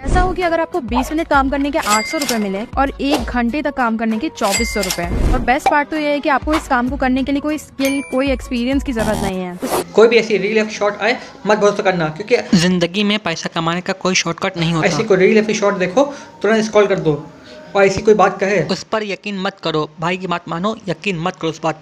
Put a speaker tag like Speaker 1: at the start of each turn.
Speaker 1: हो कि अगर आपको 20 मिनट काम करने के 800 रुपए मिले और एक घंटे तक काम करने के 2400 रुपए और बेस्ट पार्ट तो ये है कि आपको इस काम को करने के लिए कोई स्किल कोई एक्सपीरियंस की जरूरत नहीं है
Speaker 2: कोई भी ऐसी रील या शॉर्ट आए मत भरोसा करना क्योंकि
Speaker 3: जिंदगी में पैसा कमाने का कोई शॉर्टकट नहीं
Speaker 2: ऐसी
Speaker 3: होता
Speaker 2: कोई रील या फिर शॉर्ट देखो तुरंत स्क्रॉल कर दो और ऐसी कोई बात कहे
Speaker 3: उस पर यकीन मत करो भाई की बात मानो यकीन मत करो उस बात पर